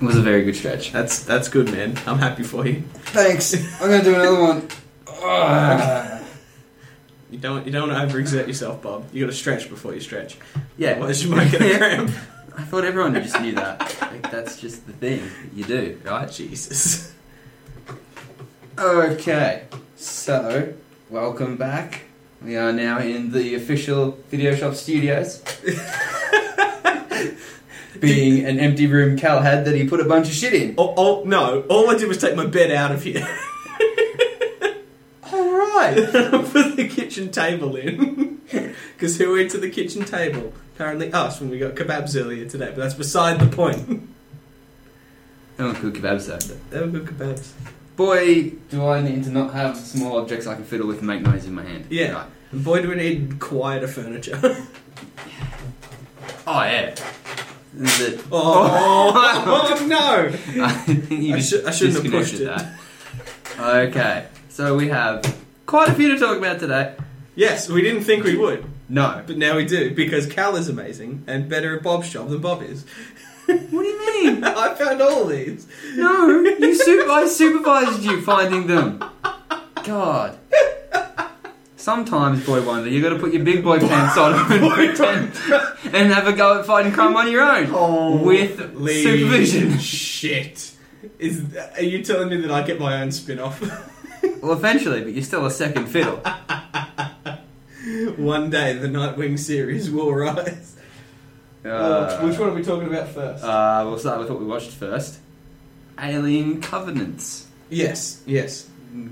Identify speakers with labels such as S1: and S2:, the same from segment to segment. S1: was a very good stretch.
S2: That's that's good, man. I'm happy for you.
S3: Thanks. I'm gonna do another one. Ah.
S2: You don't you don't want to overexert yourself, Bob. You got to stretch before you stretch. Otherwise, you might get a cramp.
S1: I thought everyone just knew that. Like, that's just the thing you do, right?
S2: Oh, Jesus.
S1: Okay, so welcome back. We are now in the official Video Shop Studios. Being an empty room Cal had that he put a bunch of shit in.
S2: Oh, oh no! All I did was take my bed out of here.
S1: Alright!
S2: I put the kitchen table in. Because who went to the kitchen table? Apparently us when we got kebabs earlier today, but that's beside the point.
S1: Oh, good kebabs though.
S2: They were good kebabs.
S1: Boy, do I need to not have small objects I can fiddle with and make noise in my hand.
S2: Yeah.
S1: Right.
S2: And boy, do we need quieter furniture.
S1: Oh, yeah. This is it.
S2: oh, oh, no!
S1: I think you
S2: I
S1: just
S2: shou- I shouldn't have
S1: disconnected
S2: pushed
S1: That. Okay, so we have quite a few to talk about today.
S2: Yes, we didn't think we would,
S1: No.
S2: but now we do because Cal is amazing and better at Bob's job than Bob is.
S1: What do you mean?
S2: I found all these.
S1: No, you su- I supervised you finding them. God. Sometimes, boy wonder, you got to put your big boy pants on and pretend and have a go at fighting crime on your own
S2: Oh.
S1: with
S2: Holy
S1: supervision.
S2: Shit. Is are you telling me that I get my own spin-off?
S1: Well, eventually, but you're still a second fiddle.
S2: One day the Nightwing series will rise.
S1: Uh,
S2: Which one are we talking about first?
S1: Uh, we'll start with what we watched first. Alien Covenants.
S2: yes, yes,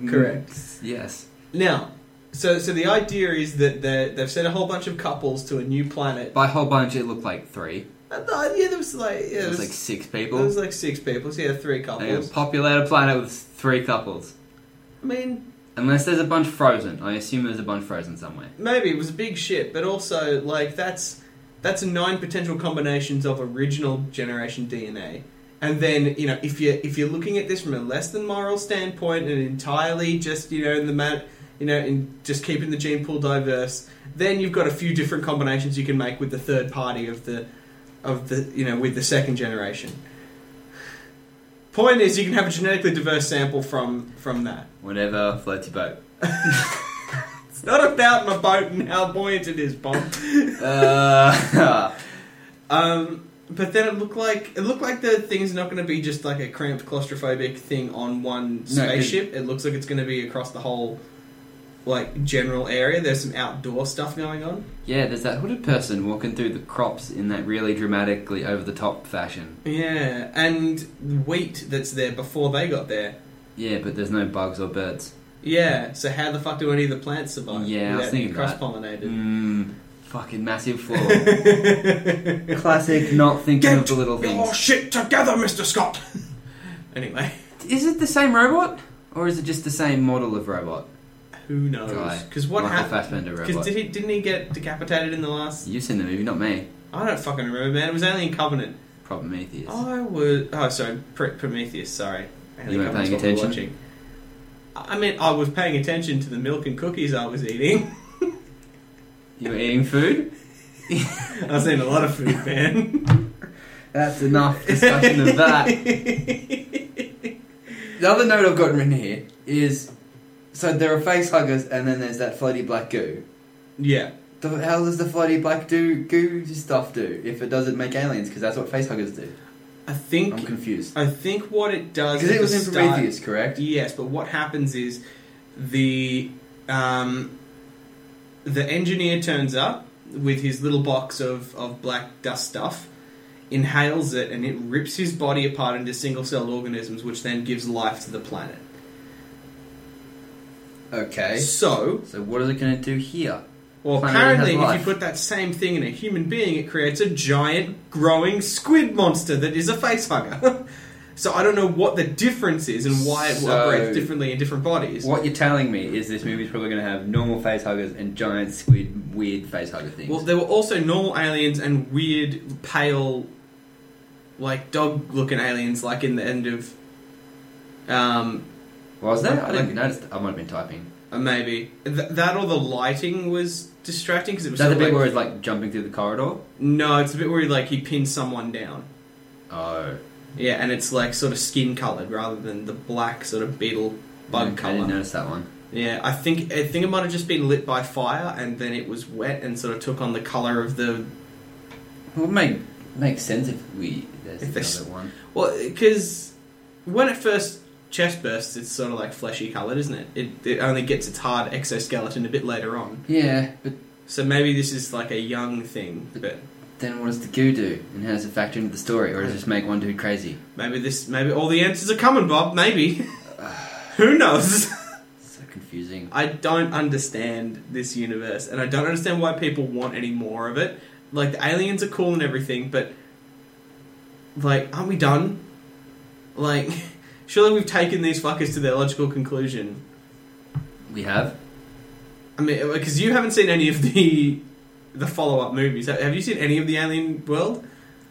S2: correct.
S1: Yes.
S2: Now, so so the idea is that they're- they've sent a whole bunch of couples to a new planet.
S1: By a whole bunch, it looked like three.
S2: I thought- yeah, there was like yeah,
S1: It
S2: there
S1: was like
S2: was,
S1: six
S2: there
S1: people.
S2: was like six people. So yeah, three
S1: They
S2: couples.
S1: populated a planet with three couples.
S2: I mean,
S1: Unless there's a bunch frozen. I assume there's a bunch frozen somewhere.
S2: maybe it was a big ship, but also like that's that's nine potential combinations of original generation DNA. And then you know if you if you're looking at this from a less than moral standpoint and entirely just you know in the mat you know in just keeping the gene pool diverse, then you've got a few different combinations you can make with the third party of the of the you know with the second generation. Point is, you can have a genetically diverse sample from from that.
S1: Whatever floats your boat.
S2: It's not about my boat and how buoyant it is, Bob.
S1: Uh,
S2: Um, but then it looked like it looked like the thing's not going to be just like a cramped claustrophobic thing on one
S1: No, it-
S2: spaceship. it, looks like it's going to be across the whole like general area. There's some outdoor stuff going on.
S1: yeah, there's that hooded person walking through the crops in that really dramatically over the top fashion.
S2: Yeah, and wheat that's there before they got there.
S1: Yeah, but there's no bugs or birds.
S2: Yeah, so how the fuck do any of the plants survive?
S1: Yeah, I was
S2: without being
S1: thinking that.
S2: cross-pollinated.
S1: Mmm. Fucking massive floor. Classic not thinking of the little things.
S2: your shit together, Mister Scott. anyway,
S1: Is it the same robot? Or is it just the same model of robot?
S2: who
S1: Guy.
S2: knows? Because what
S1: Michael
S2: happened?
S1: Fassbender robot.
S2: Because did he didn't he get decapitated in the last?
S1: You've seen the movie, not me.
S2: I don't fucking remember, man. It was only in Covenant.
S1: Problem atheist.
S2: I was. Oh, sorry, Pr- Prometheus. Sorry, I
S1: You weren't paying
S2: think I was what we were
S1: attention?
S2: watching. I I mean, I was paying attention to the milk and cookies I was eating.
S1: You were eating food?
S2: I was eating a lot of food, man.
S1: That's enough discussion of that. The other note I've gotten written here is so there are face huggers and then there's that floaty black goo.
S2: yeah,
S1: The hell does the floaty black do, goo stuff do if it doesn't make aliens? Because that's what face huggers do.
S2: I
S1: I'm
S2: think
S1: confused.
S2: I think what it does
S1: Because
S2: at
S1: it was
S2: the
S1: in
S2: start-
S1: Prometheus, correct?
S2: Yes, but what happens is the um, the engineer turns up with his little box of, of black dust stuff, inhales it, and it rips his body apart into single celled organisms, which then gives life to the planet.
S1: Okay.
S2: So,
S1: So what is it going to do here?
S2: well,
S1: Planet
S2: apparently,
S1: has
S2: if
S1: life.
S2: you put that same thing in a human being, it creates a giant growing squid monster that is a face hugger. so I don't know what the difference is and why it
S1: So-
S2: operates differently in different bodies.
S1: What you're telling me is this movie's probably going to have normal face huggers and giant squid weird face hugger things.
S2: Well, there were also normal aliens and weird, pale, like dog-looking aliens, like in the end of, um,
S1: was there? I
S2: like-
S1: didn't notice. I might have been typing.
S2: uh, maybe Th- that or the lighting was distracting because it
S1: Is
S2: was
S1: that the
S2: sort of
S1: bit where
S2: like,
S1: it's like jumping through the corridor?
S2: no, it's a bit where he, like he pins someone down.
S1: Oh,
S2: Yeah, and it's like sort of skin coloured rather than the black sort of beetle bug
S1: I didn't
S2: colour.
S1: notice that one.
S2: Yeah, I think I think it might have just been lit by fire and then it was wet and sort of took on the colour of the
S1: It would make make sense if we there's
S2: If there's-
S1: another one.
S2: well because when it first chest bursts, it's sort of like fleshy coloured, isn't it? It it only gets its hard exoskeleton a bit later on.
S1: Yeah, but
S2: So maybe this is like a young thing, but
S1: then what does the goo do, and how does it factor into the story, or does it just make one dude crazy?
S2: maybe this maybe all the answers are coming, Bob. Maybe who knows.
S1: So confusing.
S2: I don't understand this universe, and I don't understand why people want any more of it. Like the aliens are cool and everything, but like, aren't we done? Like, surely we've taken these fuckers to their logical conclusion.
S1: We have.
S2: I mean, because you haven't seen any of the the follow up movies. Have- Have you seen any of the Alien World?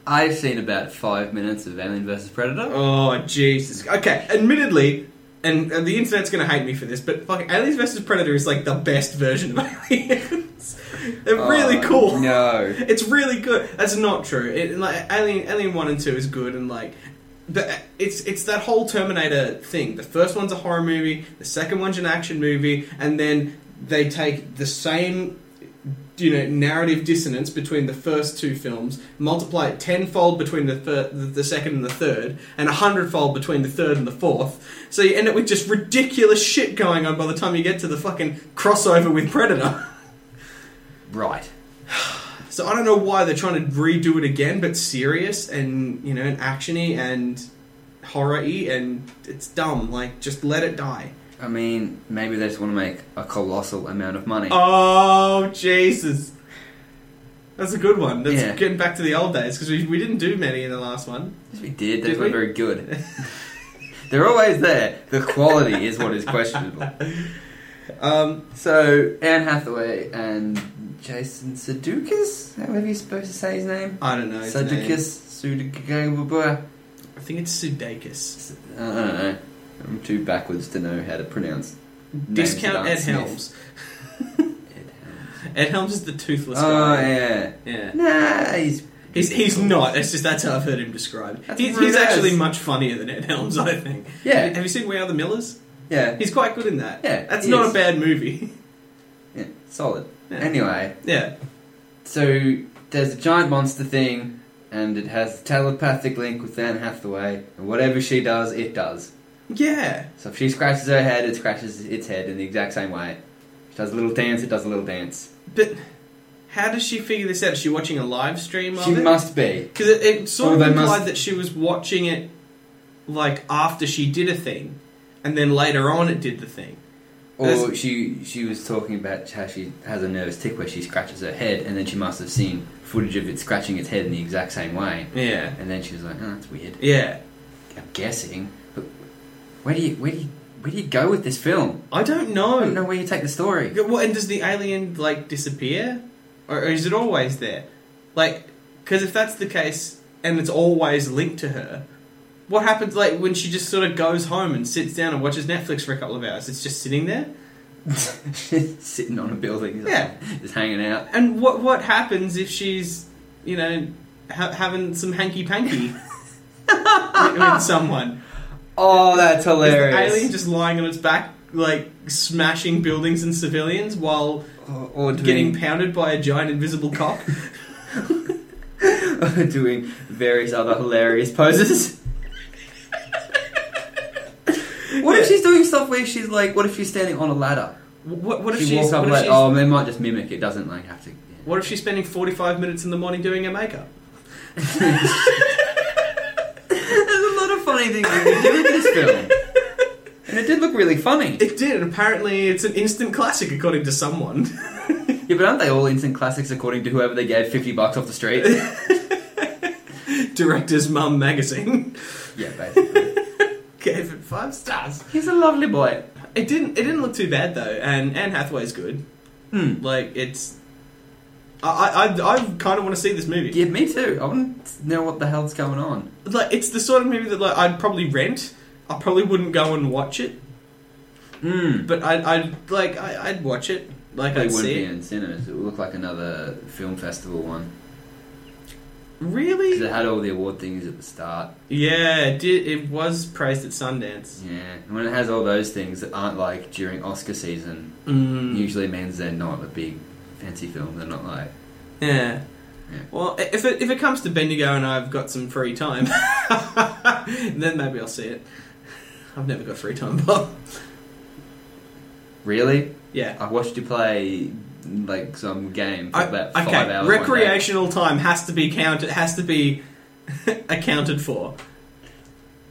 S1: I've seen about five minutes of Alien vs Predator.
S2: Oh Jesus! Okay, admittedly. And, and the internet's gonna hate me for this, but fucking Aliens vs Predator is like the best version of Aliens. They're really
S1: Oh,
S2: cool.
S1: No.
S2: It's really good. That's not true. It, like Alien, Alien One and Two is good, and like, but it's it's that whole Terminator thing. The first one's a horror movie, the second one's an action movie, and then they take the same, you know, narrative dissonance between the first two films, multiply it tenfold between the fir- the, the second and the third, and a hundredfold between the third and the fourth. So you end up with just ridiculous shit going on by the time you get to the fucking crossover with Predator.
S1: Right.
S2: So I don't know why they're trying to redo it again, but serious and you know, and actiony and horror-y and it's dumb. Like, just let it die.
S1: I mean, maybe they just want to make a colossal amount of money.
S2: Oh Jesus, that's a good one. That's
S1: Yeah.
S2: getting back to the old days because we, we didn't do many in the last one.
S1: Yes, we did. They
S2: Did
S1: were
S2: we?
S1: very good. They're always there. The quality is what is questionable.
S2: Um,
S1: So Anne Hathaway and Jason Sudeikis, however you're supposed to say his name.
S2: I don't know. his name.
S1: Sudeikis, Sudeikis.
S2: I think it's Sudeikis.
S1: uh, I don't know. I'm too backwards to know how to pronounce. names
S2: Discount
S1: of
S2: Ed
S1: Ed
S2: Helms.
S1: Ed
S2: Ed Helms is the toothless
S1: Oh
S2: guy.
S1: yeah.
S2: yeah.
S1: Nah, he's
S2: He's, he's not. It's just that's how I've heard him described.
S1: That's
S2: He's,
S1: what it
S2: he's
S1: is.
S2: actually much funnier than Ed Helms, I think. Have you-
S1: yeah
S2: Have you seen We Are the Millers?
S1: yeah
S2: He's quite good in that.
S1: Yeah,
S2: That's
S1: he
S2: not
S1: is.
S2: a bad movie.
S1: yeah solid.
S2: Yeah.
S1: Anyway,
S2: yeah.
S1: So there's a giant monster thing, and it has a telepathic link with Anne Hathaway, and whatever she does, it does.
S2: Yeah.
S1: So if she scratches her head, it scratches its head in the exact same way. She does a little dance, it does a little dance.
S2: But how does she figure this out? Is she watching a live stream of
S1: She
S2: it?
S1: must be.
S2: Because it, it sort
S1: Or
S2: of
S1: they
S2: implied
S1: must-
S2: that she was watching it, like, after she did a thing. And then later on it did the thing.
S1: Or
S2: There's-
S1: she she was talking about how she has a nervous tick where she scratches her head, and then she must have seen footage of it scratching its head in the exact same way.
S2: Yeah.
S1: And then she was like, "Oh, that's weird."
S2: Yeah.
S1: I'm guessing, but where do you where do you, where do you go with this film?
S2: I don't
S1: I
S2: know.
S1: don't know where you take the story.
S2: Well, and does the alien, like, disappear? Or, or is it always there? Like, because if that's the case, and it's always linked to her, what happens, like, when she just sort of goes home and sits down and watches Netflix for a couple of hours? It's just sitting there?
S1: sitting on a building,
S2: Yeah.
S1: just hanging out.
S2: And what what happens if she's, you know, ha- having some hanky panky with with someone?
S1: Oh, that's
S2: Is the
S1: hilarious!
S2: alien just lying on its back, like smashing buildings and civilians while
S1: or, Oh, or
S2: getting
S1: doing,
S2: pounded by a giant invisible cock?
S1: or doing various other hilarious poses. what if she's doing stuff where she's like, what if she's standing on a ladder?
S2: What, what if
S1: she
S2: she's,
S1: walks up
S2: what if
S1: like,
S2: she's
S1: oh, they might just mimic it. Doesn't like have to.
S2: what if she's spending forty five minutes in the morning doing her makeup?
S1: There's a lot of funny things you can do with this film, and it did look really funny.
S2: It did, and apparently it's an instant classic according to someone.
S1: Yeah, but aren't they all instant classics according to whoever they gave fifty bucks off the street?
S2: Director's Mum magazine
S1: yeah, basically.
S2: gave it five stars.
S1: He's a lovely boy.
S2: It didn't. It didn't look too bad though, and Anne Hathaway's good.
S1: Hmm.
S2: Like it's, I I I, I kind of want to see this movie.
S1: Yeah, me too. I want to know what the hell's going on.
S2: Like it's the sort of movie that like I'd probably rent. I probably wouldn't go and watch it,
S1: Mm.
S2: but I I like I, I'd watch it. Like
S1: They
S2: I'd
S1: wouldn't
S2: see
S1: be
S2: it.
S1: in cinemas. It would look like another film festival one. Because
S2: Really?
S1: it had all the award things at the start.
S2: Yeah, it, did, it was praised at Sundance.
S1: Yeah. And when it has all those things that aren't like during Oscar season,
S2: Mm.
S1: usually means they're not a big fancy film. They're not like.
S2: Yeah.
S1: Yeah.
S2: Well, i- if it, if it comes to Bendigo and I've got some free time, then maybe I'll see it. I've never got free time, Bob.
S1: Really?
S2: Yeah.
S1: I watched you play like some game for
S2: I-
S1: about five
S2: okay,
S1: hours. one day.
S2: recreational time has to be counted. Has to be accounted for.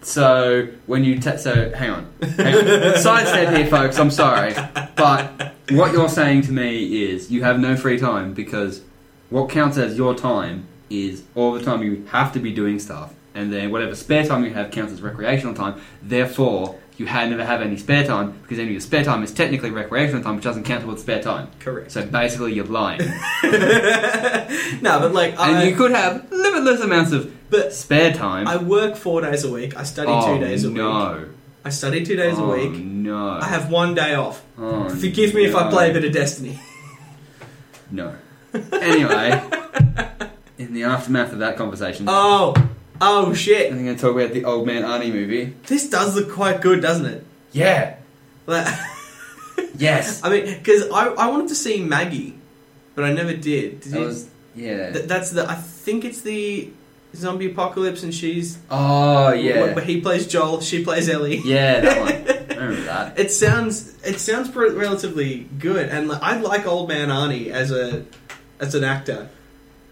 S1: So when you ta so hang on, hang on. sidestep here, folks. I'm sorry, but what you're saying to me is you have no free time because what counts as your time is all the time you have to be doing stuff, and then whatever spare time you have counts as recreational time. Therefore, you ha never have any spare time because any of your spare time is technically recreational time, which doesn't count towards spare time.
S2: Correct.
S1: So basically, you're lying, and
S2: no, but like I,
S1: you could have limitless amounts of
S2: but
S1: spare time.
S2: I work four days a week. I study
S1: oh,
S2: two days a week.
S1: no.
S2: I study two days
S1: Oh,
S2: a week.
S1: No.
S2: I have one day off.
S1: Oh,
S2: Forgive me if I
S1: no.
S2: play a bit of Destiny.
S1: No. Anyway, in the aftermath of that conversation,
S2: Oh, oh
S1: I'm
S2: shit!
S1: going to talk about the Old Man Arnie movie.
S2: This does look quite good, doesn't it?
S1: Yeah.
S2: Like,
S1: Yes.
S2: I mean, because I, I wanted to see Maggie, but I never did. Did
S1: That
S2: you?
S1: was yeah.
S2: Th- that's the I think it's the zombie apocalypse, and she's
S1: oh
S2: where-
S1: yeah.
S2: where he plays Joel, she plays Ellie.
S1: Yeah, that one. I remember that.
S2: It sounds it sounds pre- relatively good, and like, I like Old Man Arnie as a as an actor.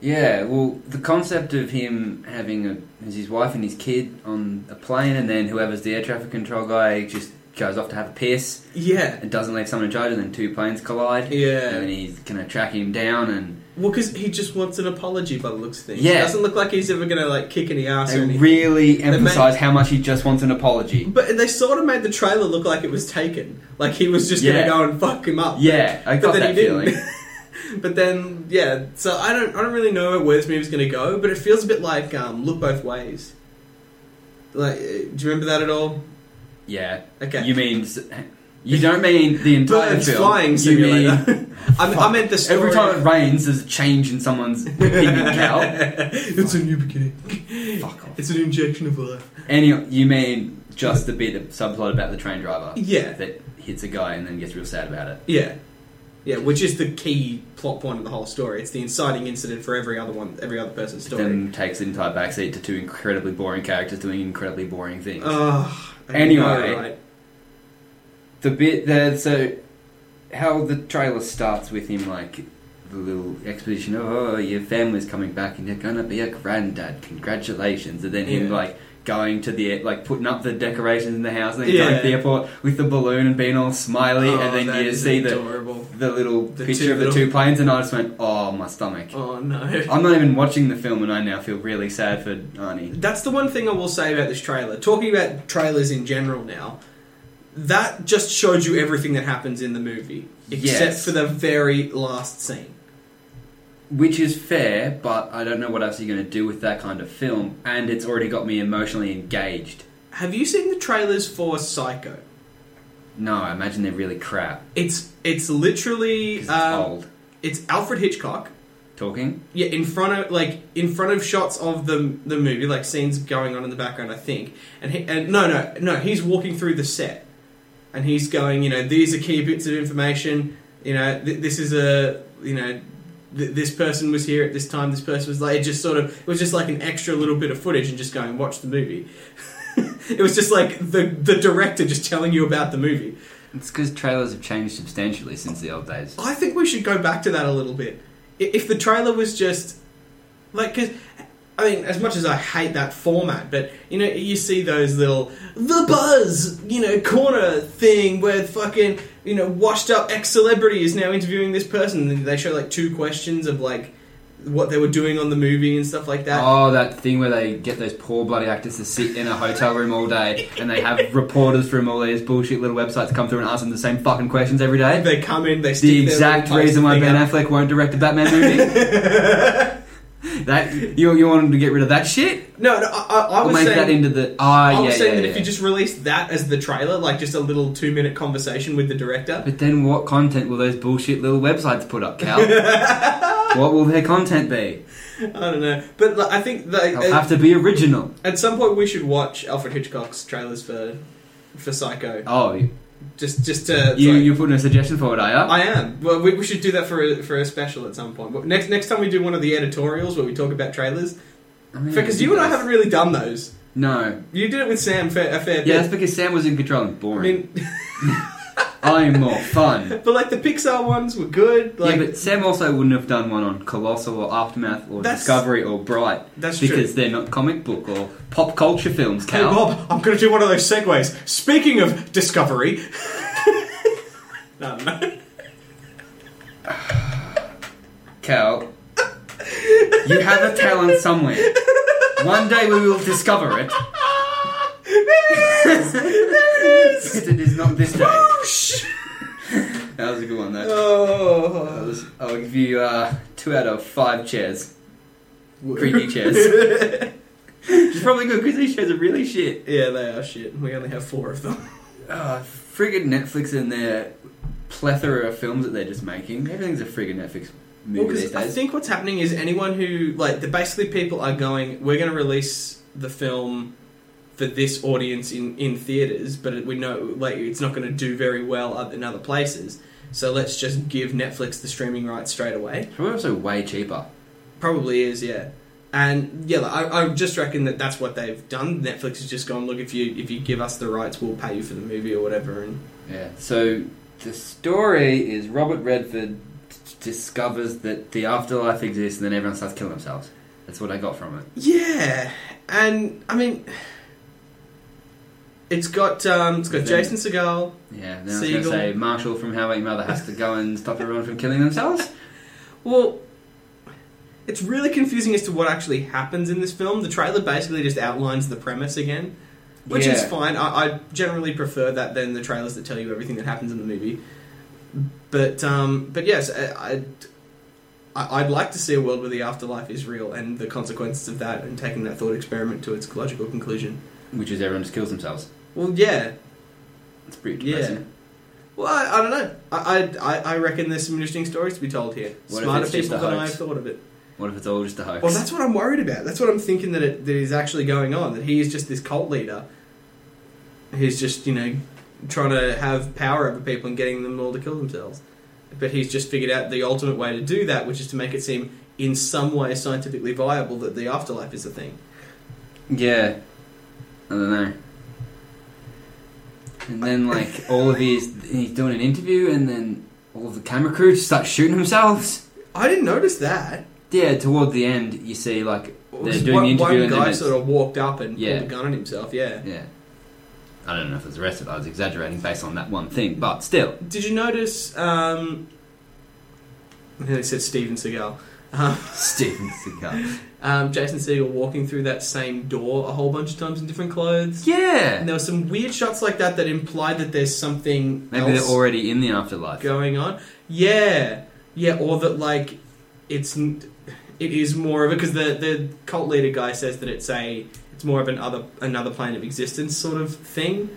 S1: Yeah. Well, the concept of him having a as his wife and his kid on a plane, and then whoever's the air traffic control guy just goes off to have a piss
S2: Yeah,
S1: and doesn't leave someone in charge, and then two planes collide. And then
S2: yeah.
S1: he's gonna track him down and
S2: Well, because he just wants an apology by the looks of things.
S1: Yeah.
S2: it doesn't look like he's ever gonna like kick any ass or
S1: They
S2: anything.
S1: really
S2: made-
S1: emphasise how much he just wants an apology.
S2: but they sort of made the trailer look like it was taken, like he was just
S1: Yeah.
S2: gonna go and fuck him up.
S1: Yeah, I got
S2: but
S1: that
S2: then he
S1: feeling.
S2: didn't. but then, yeah. So I don't, I don't really know where this movie's going to go, but it feels a bit like um, look both ways. Like, uh, do you remember that at all?
S1: Yeah,
S2: Okay.
S1: you mean s- you don't mean the entire
S2: Birds
S1: film.
S2: flying
S1: you mean
S2: simulator. I, I meant the story.
S1: every time it rains, there's a change in someone's pigment cow.
S2: it's a new beginning.
S1: Fuck off.
S2: It's an injection of life.
S1: Any, you mean just the bit of subplot about the train driver
S2: Yeah,
S1: that hits a guy and then gets real sad about it.
S2: yeah, yeah. Which is the key plot point of the whole story. It's the inciting incident for every other one, every other person's
S1: But
S2: story.
S1: Then takes the entire backseat to two incredibly boring characters doing incredibly boring things.
S2: Oh, Ugh, I know,
S1: Anyway.
S2: right?
S1: The bit that so how the trailer starts with him like the little exposition of oh your family's coming back and you're gonna be a granddad congratulations and then him
S2: Yeah.
S1: like going to the air- like putting up the decorations in the house and then going to the
S2: Yeah.
S1: airport with the balloon and being all smiley
S2: Oh,
S1: and
S2: that
S1: then you
S2: is
S1: see the
S2: adorable.
S1: the little
S2: The
S1: picture
S2: two
S1: of the
S2: little-
S1: two planes and I just went oh my stomach
S2: Oh no.
S1: I'm not even watching the film and I now feel really sad for Arnie
S2: That's the one thing I will say about this trailer. Talking about trailers in general now, that just showed you everything that happens in the movie, except
S1: Yes.
S2: for the very last scene.
S1: which is fair but I don't know what else you're gonna do with that kind of film and it's already got me emotionally engaged.
S2: Have you seen the trailers for Psycho?
S1: No, I imagine they're really crap.
S2: It's it's
S1: 'cause
S2: literally
S1: It's
S2: um,
S1: old.
S2: it's Alfred Hitchcock.
S1: Talking?
S2: Yeah, in front of like in front of shots of the the movie, like scenes going on in the background, I think. And he, and no, no, no, he's walking through the set, and he's going, you know, these are key bits of information. You know, th- this is a, you know, th- this person was here at this time. This person was like, it just sort of it was just like an extra little bit of footage, and just going watch the movie. it was just like the the director just telling you about the movie.
S1: It's because trailers have changed substantially since the old days.
S2: I think we should go back to that a little bit. I- If the trailer was just like, because I mean, as much as I hate that format, but you know, you see those little the buzz, you know, corner thing where fucking you know, washed up ex celebrity is now interviewing this person, and they show like two questions of like what they were doing on the movie and stuff like that.
S1: Oh, that thing where they get those poor bloody actors to sit in a hotel room all day and they have reporters from all these bullshit little websites come through and ask them the same fucking questions every day.
S2: They come in, they stick
S1: The
S2: their
S1: exact
S2: little post
S1: reason why
S2: thing
S1: Ben
S2: up.
S1: Affleck won't direct a Batman movie. that you you want him to get rid of that shit?
S2: No, no, I, I, I
S1: Or
S2: was
S1: make
S2: saying
S1: that into the ah
S2: I
S1: yeah
S2: was
S1: yeah.
S2: saying that
S1: yeah.
S2: if you just released that as the trailer, like just a little two minute conversation with the director,
S1: But then what content will those bullshit little websites put up, Cal? what will their content be?
S2: I don't know, but like, I think like,
S1: I'll have to be original.
S2: at some point we should watch Alfred Hitchcock's trailers for for Psycho.
S1: Oh, you
S2: Just just to
S1: you-
S2: like-
S1: you're putting a suggestion forward, are you?
S2: I am. Well, we, we should do that for a, for a special at some point. But next next time we do one of the editorials where we talk about trailers,
S1: I mean,
S2: because you and I haven't really done those.
S1: No.
S2: You did it with Sam fa- a fair bit.
S1: Yeah, that's because Sam was in control and
S2: I
S1: boring.
S2: mean,
S1: I am more fun.
S2: but like the Pixar ones were good. Like
S1: yeah, but Sam also wouldn't have done one on Colossal or Aftermath or
S2: That's-
S1: Discovery or Bright
S2: that's true.
S1: because they're not comic book or pop culture films,
S2: Hey
S1: Cal.
S2: Bob, I'm going to do one of those segues. Speaking of discovery, no, no.
S1: Cal, you have a talent somewhere. One day we will discover it.
S2: Ah,
S1: it is not this day. That was a good one, though. That
S2: Oh.
S1: was, I'll give you uh, two out of five chairs. Creaky chairs. Which is probably good because these chairs are really shit.
S2: Yeah, they are shit. We only have four of them.
S1: Uh, friggin' Netflix and their plethora of films that they're just making. Everything's a friggin' Netflix movie
S2: Well,
S1: these
S2: because I
S1: days.
S2: think what's happening is anyone who like the basically people are going, we're going to release the film for this audience in in theaters, but it- we know like it's not going to do very well oth- in other places. So let's just give Netflix the streaming rights straight away.
S1: It's probably also way cheaper.
S2: Probably is, yeah. And yeah, like, I, I just reckon that that's what they've done. Netflix has just gone, look, if you if you give us the rights, we'll pay you for the movie or whatever. And
S1: Yeah. So the story is Robert Redford discovers that the afterlife exists and then everyone starts killing themselves. That's what I got from it.
S2: yeah, and I mean, it's got um, it's got
S1: Then-
S2: Jason Segel.
S1: Yeah. Then I was going to
S2: Siegel.
S1: say Marshall from How I Met Your Mother has to go and stop everyone from killing themselves.
S2: Well, it's really confusing as to what actually happens in this film. The trailer basically just outlines the premise again, which is
S1: Yeah.
S2: fine. I, I generally prefer that than the trailers that tell you everything that happens in the movie. But um, but yes, I, I'd, I- I'd like to see a world where the afterlife is real and the consequences of that, and taking that thought experiment to its logical conclusion.
S1: Which is everyone just kills themselves.
S2: Well, yeah.
S1: It's pretty
S2: Yeah.
S1: depressing.
S2: Well, I, I don't know. I, I I- I reckon there's some interesting stories to be told here.
S1: What if
S2: Smarter
S1: it's just
S2: people
S1: a
S2: than I've
S1: hoax?
S2: thought of it.
S1: What if it's all just a hoax?
S2: Well, that's what I'm worried about. That's what I'm thinking that it, that is actually going on. That he is just this cult leader. He's just you know trying to have power over people and getting them all to kill themselves. But he's just figured out the ultimate way to do that, which is to make it seem in some way scientifically viable that the afterlife is a thing.
S1: Yeah. I don't know. And then, like, all of these, he's doing an interview, and then all of the camera crew just start shooting themselves.
S2: I didn't notice that.
S1: Yeah, toward the end, you see, like, they're
S2: Just
S1: doing
S2: one,
S1: the interview,
S2: one
S1: and
S2: guy
S1: then
S2: sort of walked up and
S1: Yeah.
S2: pulled a gun on himself. Yeah.
S1: Yeah. I don't know if it was arrested, I was exaggerating based on that one thing, but still.
S2: Did you notice? Um, they said Steven Seagal. Um,
S1: Steven Seagal.
S2: um, Jason Segel walking through that same door a whole bunch of times in different clothes.
S1: Yeah!
S2: And there were some weird shots like that that implied that there's something
S1: Maybe
S2: else
S1: they're already in the afterlife.
S2: going on. Yeah, yeah, or that like it's n- it is more of a because the the cult leader guy says that it's a it's more of an other another plane of existence sort of thing.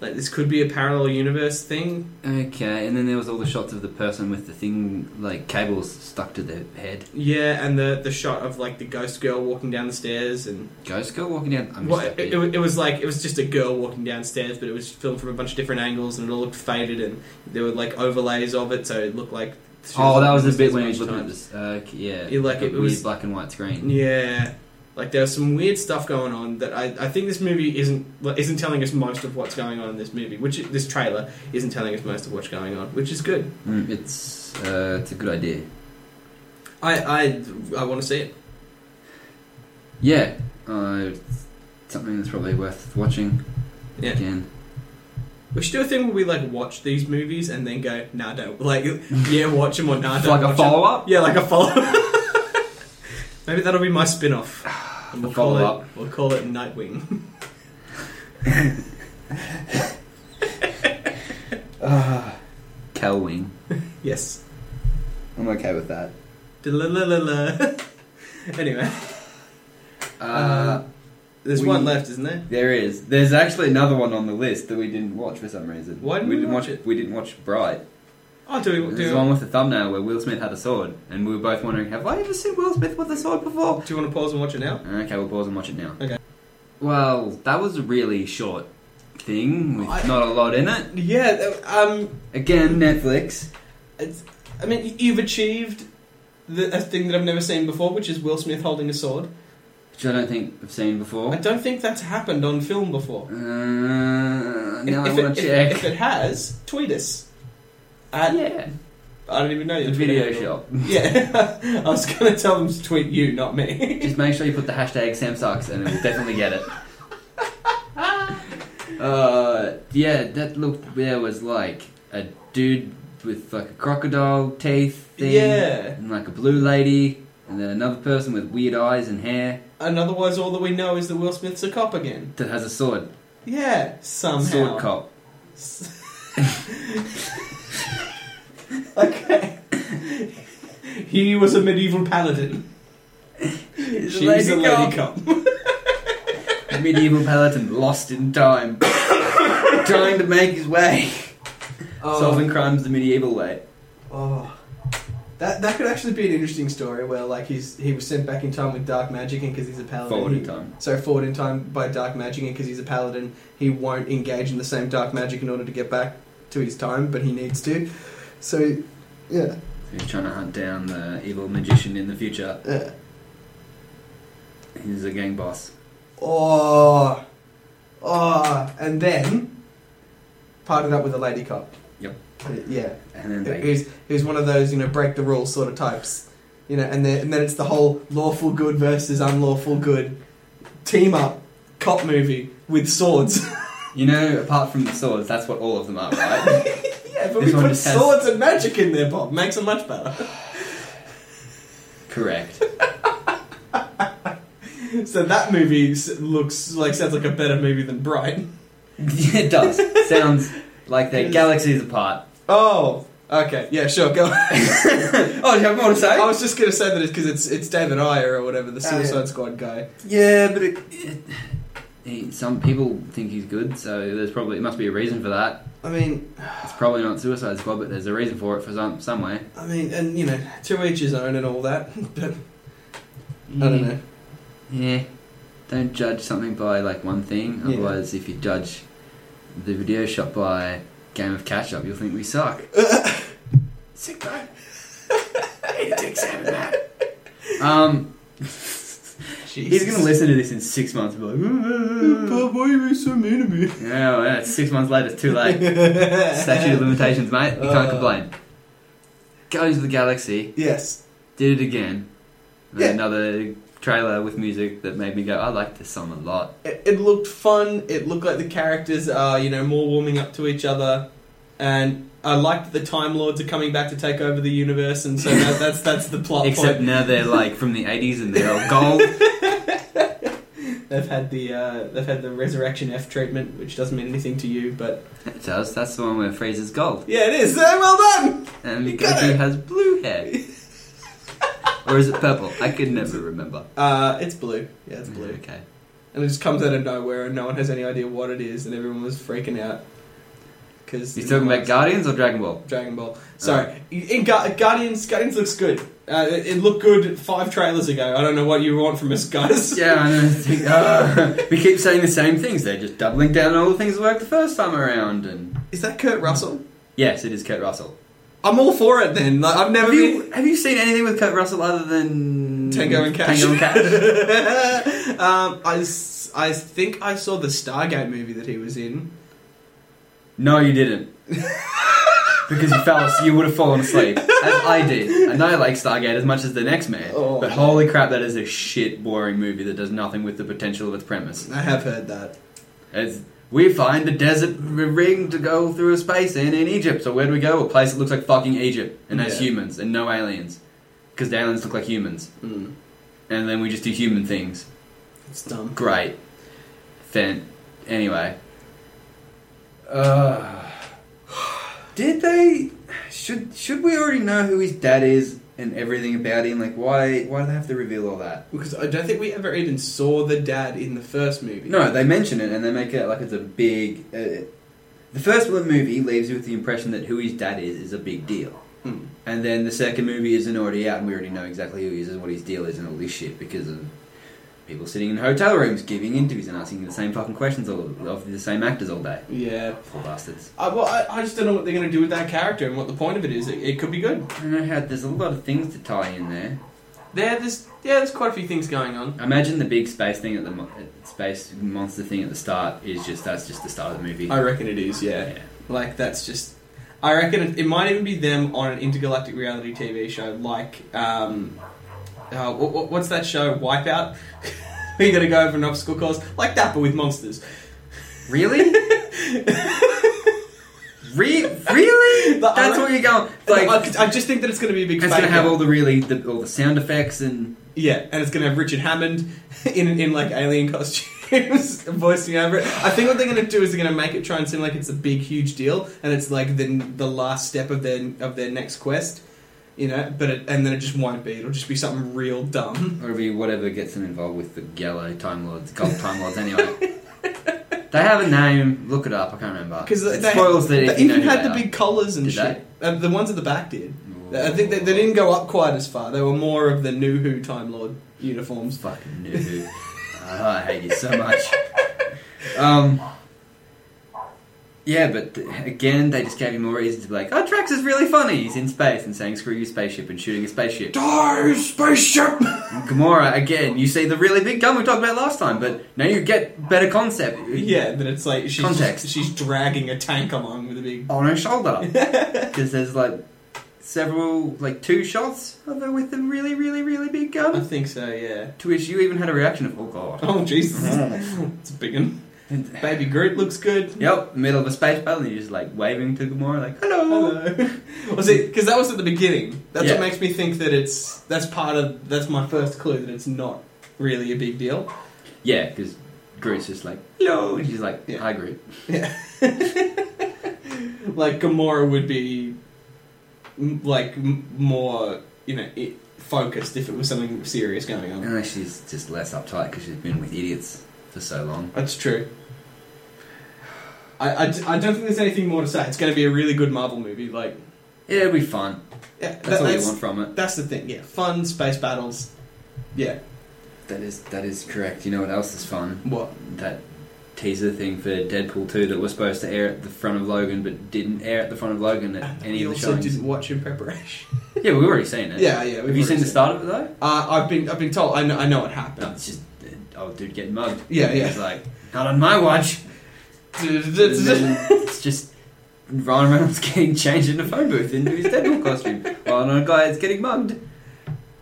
S2: Like this could be a parallel universe thing.
S1: Okay, and then there was all the shots of the person with the thing, like, cables stuck to their head.
S2: Yeah, and the the shot of like the ghost girl walking down the stairs and
S1: Ghost girl walking down. I'm
S2: Well,
S1: just
S2: it,
S1: happy.
S2: it, wa- it was like it was just a girl walking downstairs, but it was filmed from a bunch of different angles, and it all looked faded, and there were like overlays of it, so it looked like. she
S1: Oh, that was the
S2: looking
S1: bit
S2: at
S1: when he
S2: this
S1: was looking at
S2: bunch
S1: this. Uh, k- yeah,
S2: He, like,
S1: the
S2: it
S1: weird
S2: was-
S1: black and white
S2: of
S1: screen.
S2: times. Yeah, like there was some weird stuff going on that I, I think this movie isn't well, isn't telling us most of what's going on in this movie, which this trailer isn't telling us most of what's going on, which is good.
S1: Mm, it's uh, it's a good idea.
S2: I I, I want to see it.
S1: Yeah, uh, it's something that's probably worth watching
S2: Yeah,
S1: again.
S2: we should do a thing where we like watch these movies and then go, nah, don't like, yeah, watch them or nah, don't.
S1: like a
S2: watch 'em.
S1: follow up.
S2: Yeah, like a follow. Maybe that'll be my spin-off. And we'll call it.
S1: follow-up.
S2: We'll call it Nightwing.
S1: Kelwing.
S2: yes.
S1: I'm okay with that.
S2: Da-la-la-la-la. anyway,
S1: Uh,
S2: there's
S1: We-
S2: one left, isn't there?
S1: there is. There's actually another one on the list that we didn't watch for some reason.
S2: Why didn't we
S1: didn't
S2: watch
S1: We didn't watch Bright.
S2: Oh, do we, do,
S1: There's
S2: you
S1: one
S2: want
S1: with the thumbnail where Will Smith had a sword, and we were both wondering, have I ever seen Will Smith with a sword before?
S2: to pause and watch it now?
S1: Okay, we'll pause and watch it now.
S2: Okay.
S1: Well, that was a really short thing with
S2: I-
S1: not a lot in it.
S2: Yeah, um,
S1: Again, Netflix.
S2: it's, I mean, you've achieved the, a thing that I've never seen before, which is Will Smith holding a sword.
S1: which I don't think I've seen before.
S2: I don't think that's happened on film before.
S1: Uh, now I
S2: if,
S1: want to
S2: it,
S1: check.
S2: if- If, it has, tweet us. At,
S1: yeah,
S2: I don't even know your
S1: the
S2: Twitter
S1: video shop.
S2: handle. Yeah, I was going to tell them to tweet you, not me.
S1: Just make sure you put the hashtag Samsucks and it will definitely get it. uh, yeah, that look there was like a dude with like a crocodile teeth thing.
S2: Yeah.
S1: And like a blue lady. And then another person with weird eyes and hair
S2: And otherwise, all that we know is that Will Smith's a cop again.
S1: that has a sword.
S2: Yeah, somehow.
S1: Sword cop.
S2: okay. he was a medieval paladin.
S1: She's
S2: She was a lady cop.
S1: Medieval paladin lost in time. trying to make his way. Solving crimes the medieval way.
S2: oh. That, that could actually be an interesting story where like he's he was sent back in time with dark magic and because he's a paladin
S1: Forward in
S2: Oh, he-
S1: time.
S2: so forward in time by dark magic and because he's a paladin he won't engage in the same dark magic in order to get back to his time but he needs to so yeah
S1: He's trying to hunt down the evil magician in the future.
S2: yeah
S1: He's a gang boss.
S2: Oh, oh, and then partnered up with a lady cop.
S1: Yep.
S2: Uh, yeah,
S1: And then they.
S2: who's who's one of those you know break the rules sort of types, you know, and then and then it's the whole lawful good versus unlawful good team up cop movie with swords.
S1: You know, apart from the swords, that's what all of them are, right?
S2: yeah, but
S1: This
S2: we
S1: one
S2: put
S1: just has-
S2: swords and magic in there, Bob. Makes it much better.
S1: Correct.
S2: so that movie s- looks like sounds like a better movie than Bright.
S1: it does. Sounds like they're
S2: Yes.
S1: galaxies apart.
S2: Oh, okay, yeah, sure, go.
S1: Oh, do you have more to say?
S2: I was just gonna say that it's because it's it's David Ayer or whatever the
S1: Oh, yeah.
S2: Suicide Squad guy.
S1: yeah, but it, he, some people think he's good, so there's probably must be a reason for that.
S2: I mean,
S1: It's probably not Suicide Squad, but there's a reason for it for some some way.
S2: I mean, and you know, to each his own and all that. But I don't know.
S1: Yeah. Don't judge something by like one thing.
S2: Yeah.
S1: Otherwise, if you judge the video shop by game of catch up, you'll think we suck. Sick bro. Need to examine that. Um, he's gonna listen to this in six months and be like,
S2: Bob, why are you so mean to me?
S1: yeah, well, it's six months later, it's too late. Statute of limitations, mate. You can't
S2: Uh.
S1: complain. Guardians of the Galaxy
S2: Yes.
S1: did it again.
S2: Yeah.
S1: Another trailer with music that made me go, I like this song a lot.
S2: It, it looked fun. It looked like the characters are, you know, more warming up to each other, and I liked that the Time Lords are coming back to take over the universe, and so that, that's that's the plot
S1: Except
S2: point.
S1: now they're like from the 80s and they're all gold.
S2: They've had the uh, they've had the Resurrection F treatment, which doesn't mean anything to you, but
S1: it does. That's the one where Fraser's gold.
S2: yeah, it is. Uh, well done.
S1: And
S2: You got
S1: Goku
S2: it.
S1: has blue hair. or is it purple? I could never remember.
S2: Uh, it's blue. Yeah, it's blue.
S1: Okay.
S2: And it just comes out of nowhere, and no one has any idea what it is, and everyone was freaking out. Because
S1: He's talking about Guardians or Dragon Ball?
S2: Dragon Ball. Sorry, in Gu- Guardians, Guardians looks good. Uh, it, it looked good five trailers ago. I don't know what you want from us, guys.
S1: Yeah, I know. it's like, uh, we keep saying the same things. They're just doubling down on all the things that worked the first time around. And
S2: Is that Kurt Russell?
S1: yes, it is Kurt Russell.
S2: I'm all for it then. Like, I've never
S1: Have
S2: been.
S1: you have you seen anything with Kurt Russell other than
S2: Tango and Cash.
S1: Tango and Cash.
S2: um, I, s- I think I saw the Stargate movie that he was in.
S1: No, you didn't. because you fell asleep, you would have fallen asleep. As I did. And I like Stargate as much as the next man.
S2: Oh.
S1: But holy crap, that is a shit boring movie that does nothing with the potential of its premise.
S2: I have heard that.
S1: It's, we find a desert r- ring to go through a space in in Egypt. So where do we go? A place that looks like fucking Egypt and has
S2: Yeah.
S1: humans and no aliens. Because the aliens look like humans.
S2: Mm,
S1: And then we just do human things.
S2: it's dumb.
S1: Great. Then, anyway. Uh, did they? Should should we already know who his dad is and everything about him? Like, why why do they have to reveal all that?
S2: Because I don't think we ever even saw the dad in the first movie.
S1: No, they mention it and they make it like it's a big. Uh, The first one movie leaves you with the impression that who his dad is is a big deal.
S2: Hmm.
S1: And then the second movie isn't already out, and we already know exactly who he is and what his deal is and all this shit because of people sitting in hotel rooms giving interviews and asking the same fucking questions all, of the same actors all day.
S2: Yeah.
S1: Poor bastards.
S2: I, well, I, I just don't know what they're going to do with that character and what the point of it is. It, it could be good.
S1: I don't know how. There's a lot of things to tie in there.
S2: There, there's yeah, there's quite a few things going on.
S1: Imagine the big space thing at the mo- uh, space monster thing at the start is just that's just the start of the movie.
S2: I reckon it is. Yeah.
S1: Yeah.
S2: Like that's just. I reckon it, it might even be them on an intergalactic reality TV show like um, uh, what, what, what's that show Wipeout? We got to go over an obstacle course like that, but with monsters.
S1: Really? Re- really?
S2: But I
S1: That's
S2: re-
S1: what you're going like.
S2: Like, I, I just think that it's going to be a big.
S1: It's going to
S2: fake
S1: have
S2: out.
S1: all the really the, all the sound effects and
S2: Yeah, and it's gonna have Richard Hammond in in like alien costumes voicing over it. I think what they're gonna do is they're gonna make it try and seem like it's a big, huge deal, and it's like the the last step of their of their next quest, you know. But it, and then it just won't be. It'll just be something real dumb.
S1: or it'll be whatever gets them involved with the Gallo Time Lords, Gold Time Lords. Anyway, they have a name. Look it up. I can't remember.
S2: Because
S1: it spoils that if
S2: they
S1: you know
S2: even
S1: who
S2: had
S1: they
S2: the
S1: are.
S2: big collars and
S1: Did
S2: shit. Uh, the ones at the back did. I
S1: Ooh.
S2: think they, they didn't go up quite as far. They were more of the New Who Time Lord uniforms.
S1: Fucking noob. oh, I hate you so much. Um, yeah, but th- again, they just gave you more reason to be like, oh, Drax is really funny. He's in space and saying, screw you, spaceship, and shooting a spaceship.
S3: Die, spaceship!
S1: And Gamora, again, you see the really big gun we talked about last time, but now you get better concept
S2: Yeah, but it's like she's just-
S1: Context.
S2: she's dragging a tank along with a big
S1: on her shoulder. Because there's like several, like two shots of her with a really, really, really big
S2: I
S1: gun.
S2: think so, yeah.
S1: To which you even had a reaction of, oh god.
S2: Oh, Jesus.
S1: Mm.
S2: it's a big one. Baby Groot looks good.
S1: Yep, middle of a space battle, and you're just like waving to Gamora, like, hello.
S2: Hello. Was it? Because that was at the beginning. That's
S1: Yeah.
S2: what makes me think that it's. That's part of. That's my first clue that it's not really a big deal.
S1: Yeah, because Groot's just like, hello. And she's like,
S2: Yeah.
S1: hi, Groot.
S2: Yeah. like Gamora would be, m- like m- more you know it, focused if it was something serious going on.
S1: And then she's just less uptight because she's been with idiots for so long.
S2: That's true. I, I, d- I don't think there's anything more to say. It's going to be a really good Marvel movie. Like,
S1: It'll be fun.
S2: yeah,
S1: That's
S2: that-
S1: all you want from it.
S2: That's the thing, yeah. Fun space battles. Yeah.
S1: That is that is correct. You know what else is fun?
S2: What?
S1: That teaser thing for Deadpool 2 that was supposed to air at the front of Logan but didn't air at the front of Logan at
S2: And
S1: any of
S2: we
S1: the
S2: also
S1: showings.
S2: didn't watch in preparation.
S1: Yeah, we've already seen it.
S2: yeah, yeah.
S1: Have you seen the start of it though?
S2: Uh, I've been, I've been told. I know, I know what
S1: No,
S2: happened.
S1: it's just uh, old dude getting mugged.
S2: Yeah, yeah.
S1: He's like, not on my watch. And then it's just Ryan Reynolds getting changed in a phone booth into his Deadpool costume, while another guy is getting mugged,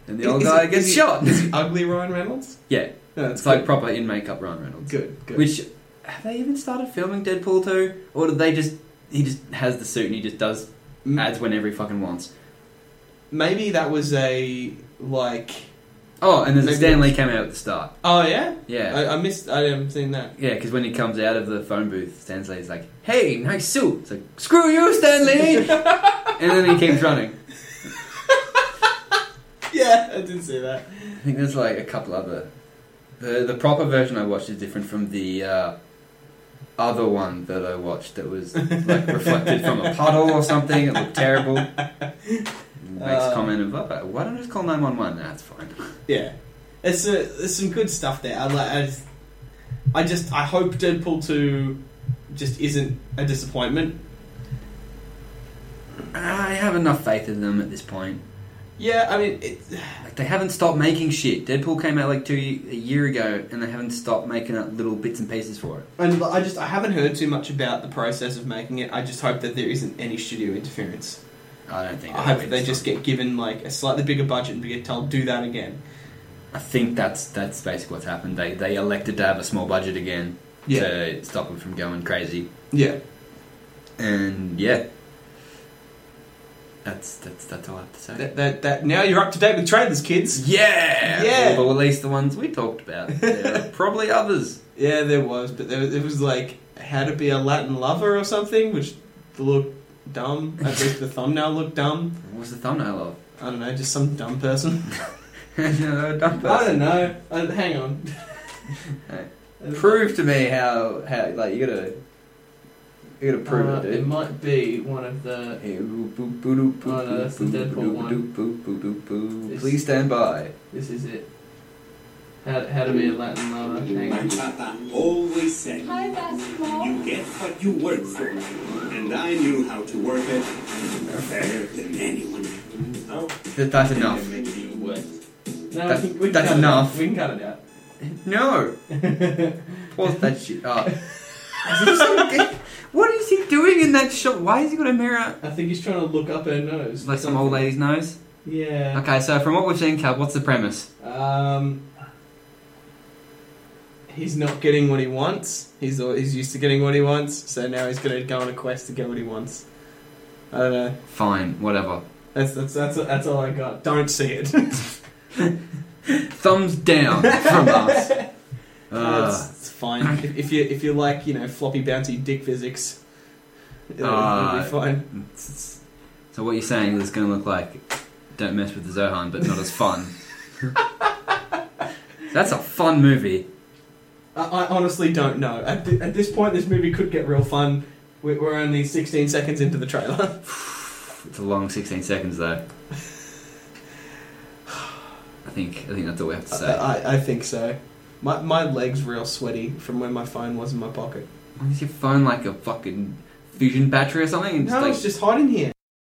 S1: and the old
S2: Is- is
S1: guy
S2: it-
S1: gets
S2: is it-
S1: shot.
S2: Is it ugly Ryan Reynolds?
S1: Yeah,
S2: No,
S1: it's
S2: that's
S1: like
S2: good.
S1: proper in makeup Ryan Reynolds.
S2: good, good.
S1: Which have they even started filming Deadpool two, or do they just he just has the suit and he just does
S2: M-
S1: ads whenever he fucking wants?
S2: maybe that was a like.
S1: Oh, and there's a
S2: Maybe
S1: Stan Lee cameo at the start.
S2: Oh yeah,
S1: Yeah.
S2: I, I missed. I haven't seen that.
S1: yeah, because when he comes out of the phone booth, Stan Lee's like, "Hey, nice suit." It's like, "Screw you, Stan Lee!" and then he keeps running.
S2: Yeah, I did see that.
S1: I think there's like a couple other. The the proper version I watched is different from the uh, other one that I watched that was like reflected from a puddle or something. It looked terrible. Makes
S2: Um,
S1: comment of, "Oh, why don't I just call 911? That's fine.
S2: Yeah, it's a, there's some good stuff there. I like. I just, I just I hope Deadpool two just isn't a disappointment.
S1: I have enough faith in them at this point.
S2: Yeah, I mean, it,
S1: Like they haven't stopped making shit. Deadpool came out like two a year ago, and they haven't stopped making up little bits and pieces for it.
S2: and I just I haven't heard too much about the process of making it. I just hope that there isn't any studio interference.
S1: I don't think.
S2: I
S1: they'll
S2: hope
S1: wait
S2: they
S1: this
S2: just
S1: long.
S2: get given like a slightly bigger budget and get told do that again.
S1: I think that's that's basically what's happened. They they elected to have a small budget again to stop them from going crazy.
S2: yeah.
S1: And yeah, that's that's that's all I have to say.
S2: That, that that now you're up to date with trailers, kids.
S1: yeah,
S2: Yeah.
S1: Although at least the ones we talked about. There are probably others.
S2: Yeah, there was, but there, it was like how to be a Latin lover or something, which looked dumb. At least the thumbnail looked dumb.
S1: What's the thumbnail
S2: I don't know, just some dumb person.
S1: of? no, dumb person.
S2: know. Uh, hang on.
S1: Prove to me how how like you gotta You gotta prove
S4: Uh,
S1: it,
S4: It
S1: dude.
S4: might be one of the.
S1: Hey, boop, boop, boop, boop,
S4: Oh, no, that's the
S1: boop,
S4: Deadpool
S1: boop,
S4: one.
S1: boop, boop, boop, boop.
S4: This-
S1: Please stand by.
S4: This is it. How, how to be a Latin lover. Hang
S5: My
S4: on.
S5: papa always said,
S6: Hi, Basketball.
S5: you get what you work for. And I knew how to work it better than anyone. Oh,
S1: Th- That's enough.
S4: No,
S1: That's-
S4: we can, we can
S1: that's
S4: cut it
S1: enough.
S4: out. We can cut it out.
S1: No! Pause that shit up. Is he so- what is he doing in that shop? Why has he got a mirror?
S4: I think he's trying to look up her nose.
S1: It's like some old lady's nose.
S4: Yeah.
S1: Okay, so from what we've seen, Cub, what's the premise?
S4: Um.
S2: He's not getting what he wants. He's al- he's used to getting what he wants, so now he's going to go on a quest to get what he wants. I don't know.
S1: Fine, whatever.
S2: That's that's that's, that's all I got. Don't see it.
S1: Thumbs down from us. Uh,
S2: it's, it's fine. If, if you if you like you know floppy bouncy dick physics, it'll, it'll
S1: Uh,
S2: be fine.
S1: so what you're saying is it's going to look like Don't Mess with the Zohan, but not as fun. That's a fun movie.
S2: I, I honestly don't know. At, thi- at this point, this movie could get real fun. We're, we're only 16 seconds into the trailer.
S1: It's a long 16 seconds though. I think I think that's all we have to
S2: I,
S1: say.
S2: I, I think so. My my legs real sweaty from where my phone was in my pocket.
S1: Why is your phone like a fucking fusion battery or something? And
S2: No,
S1: like,
S2: it's just hot in here.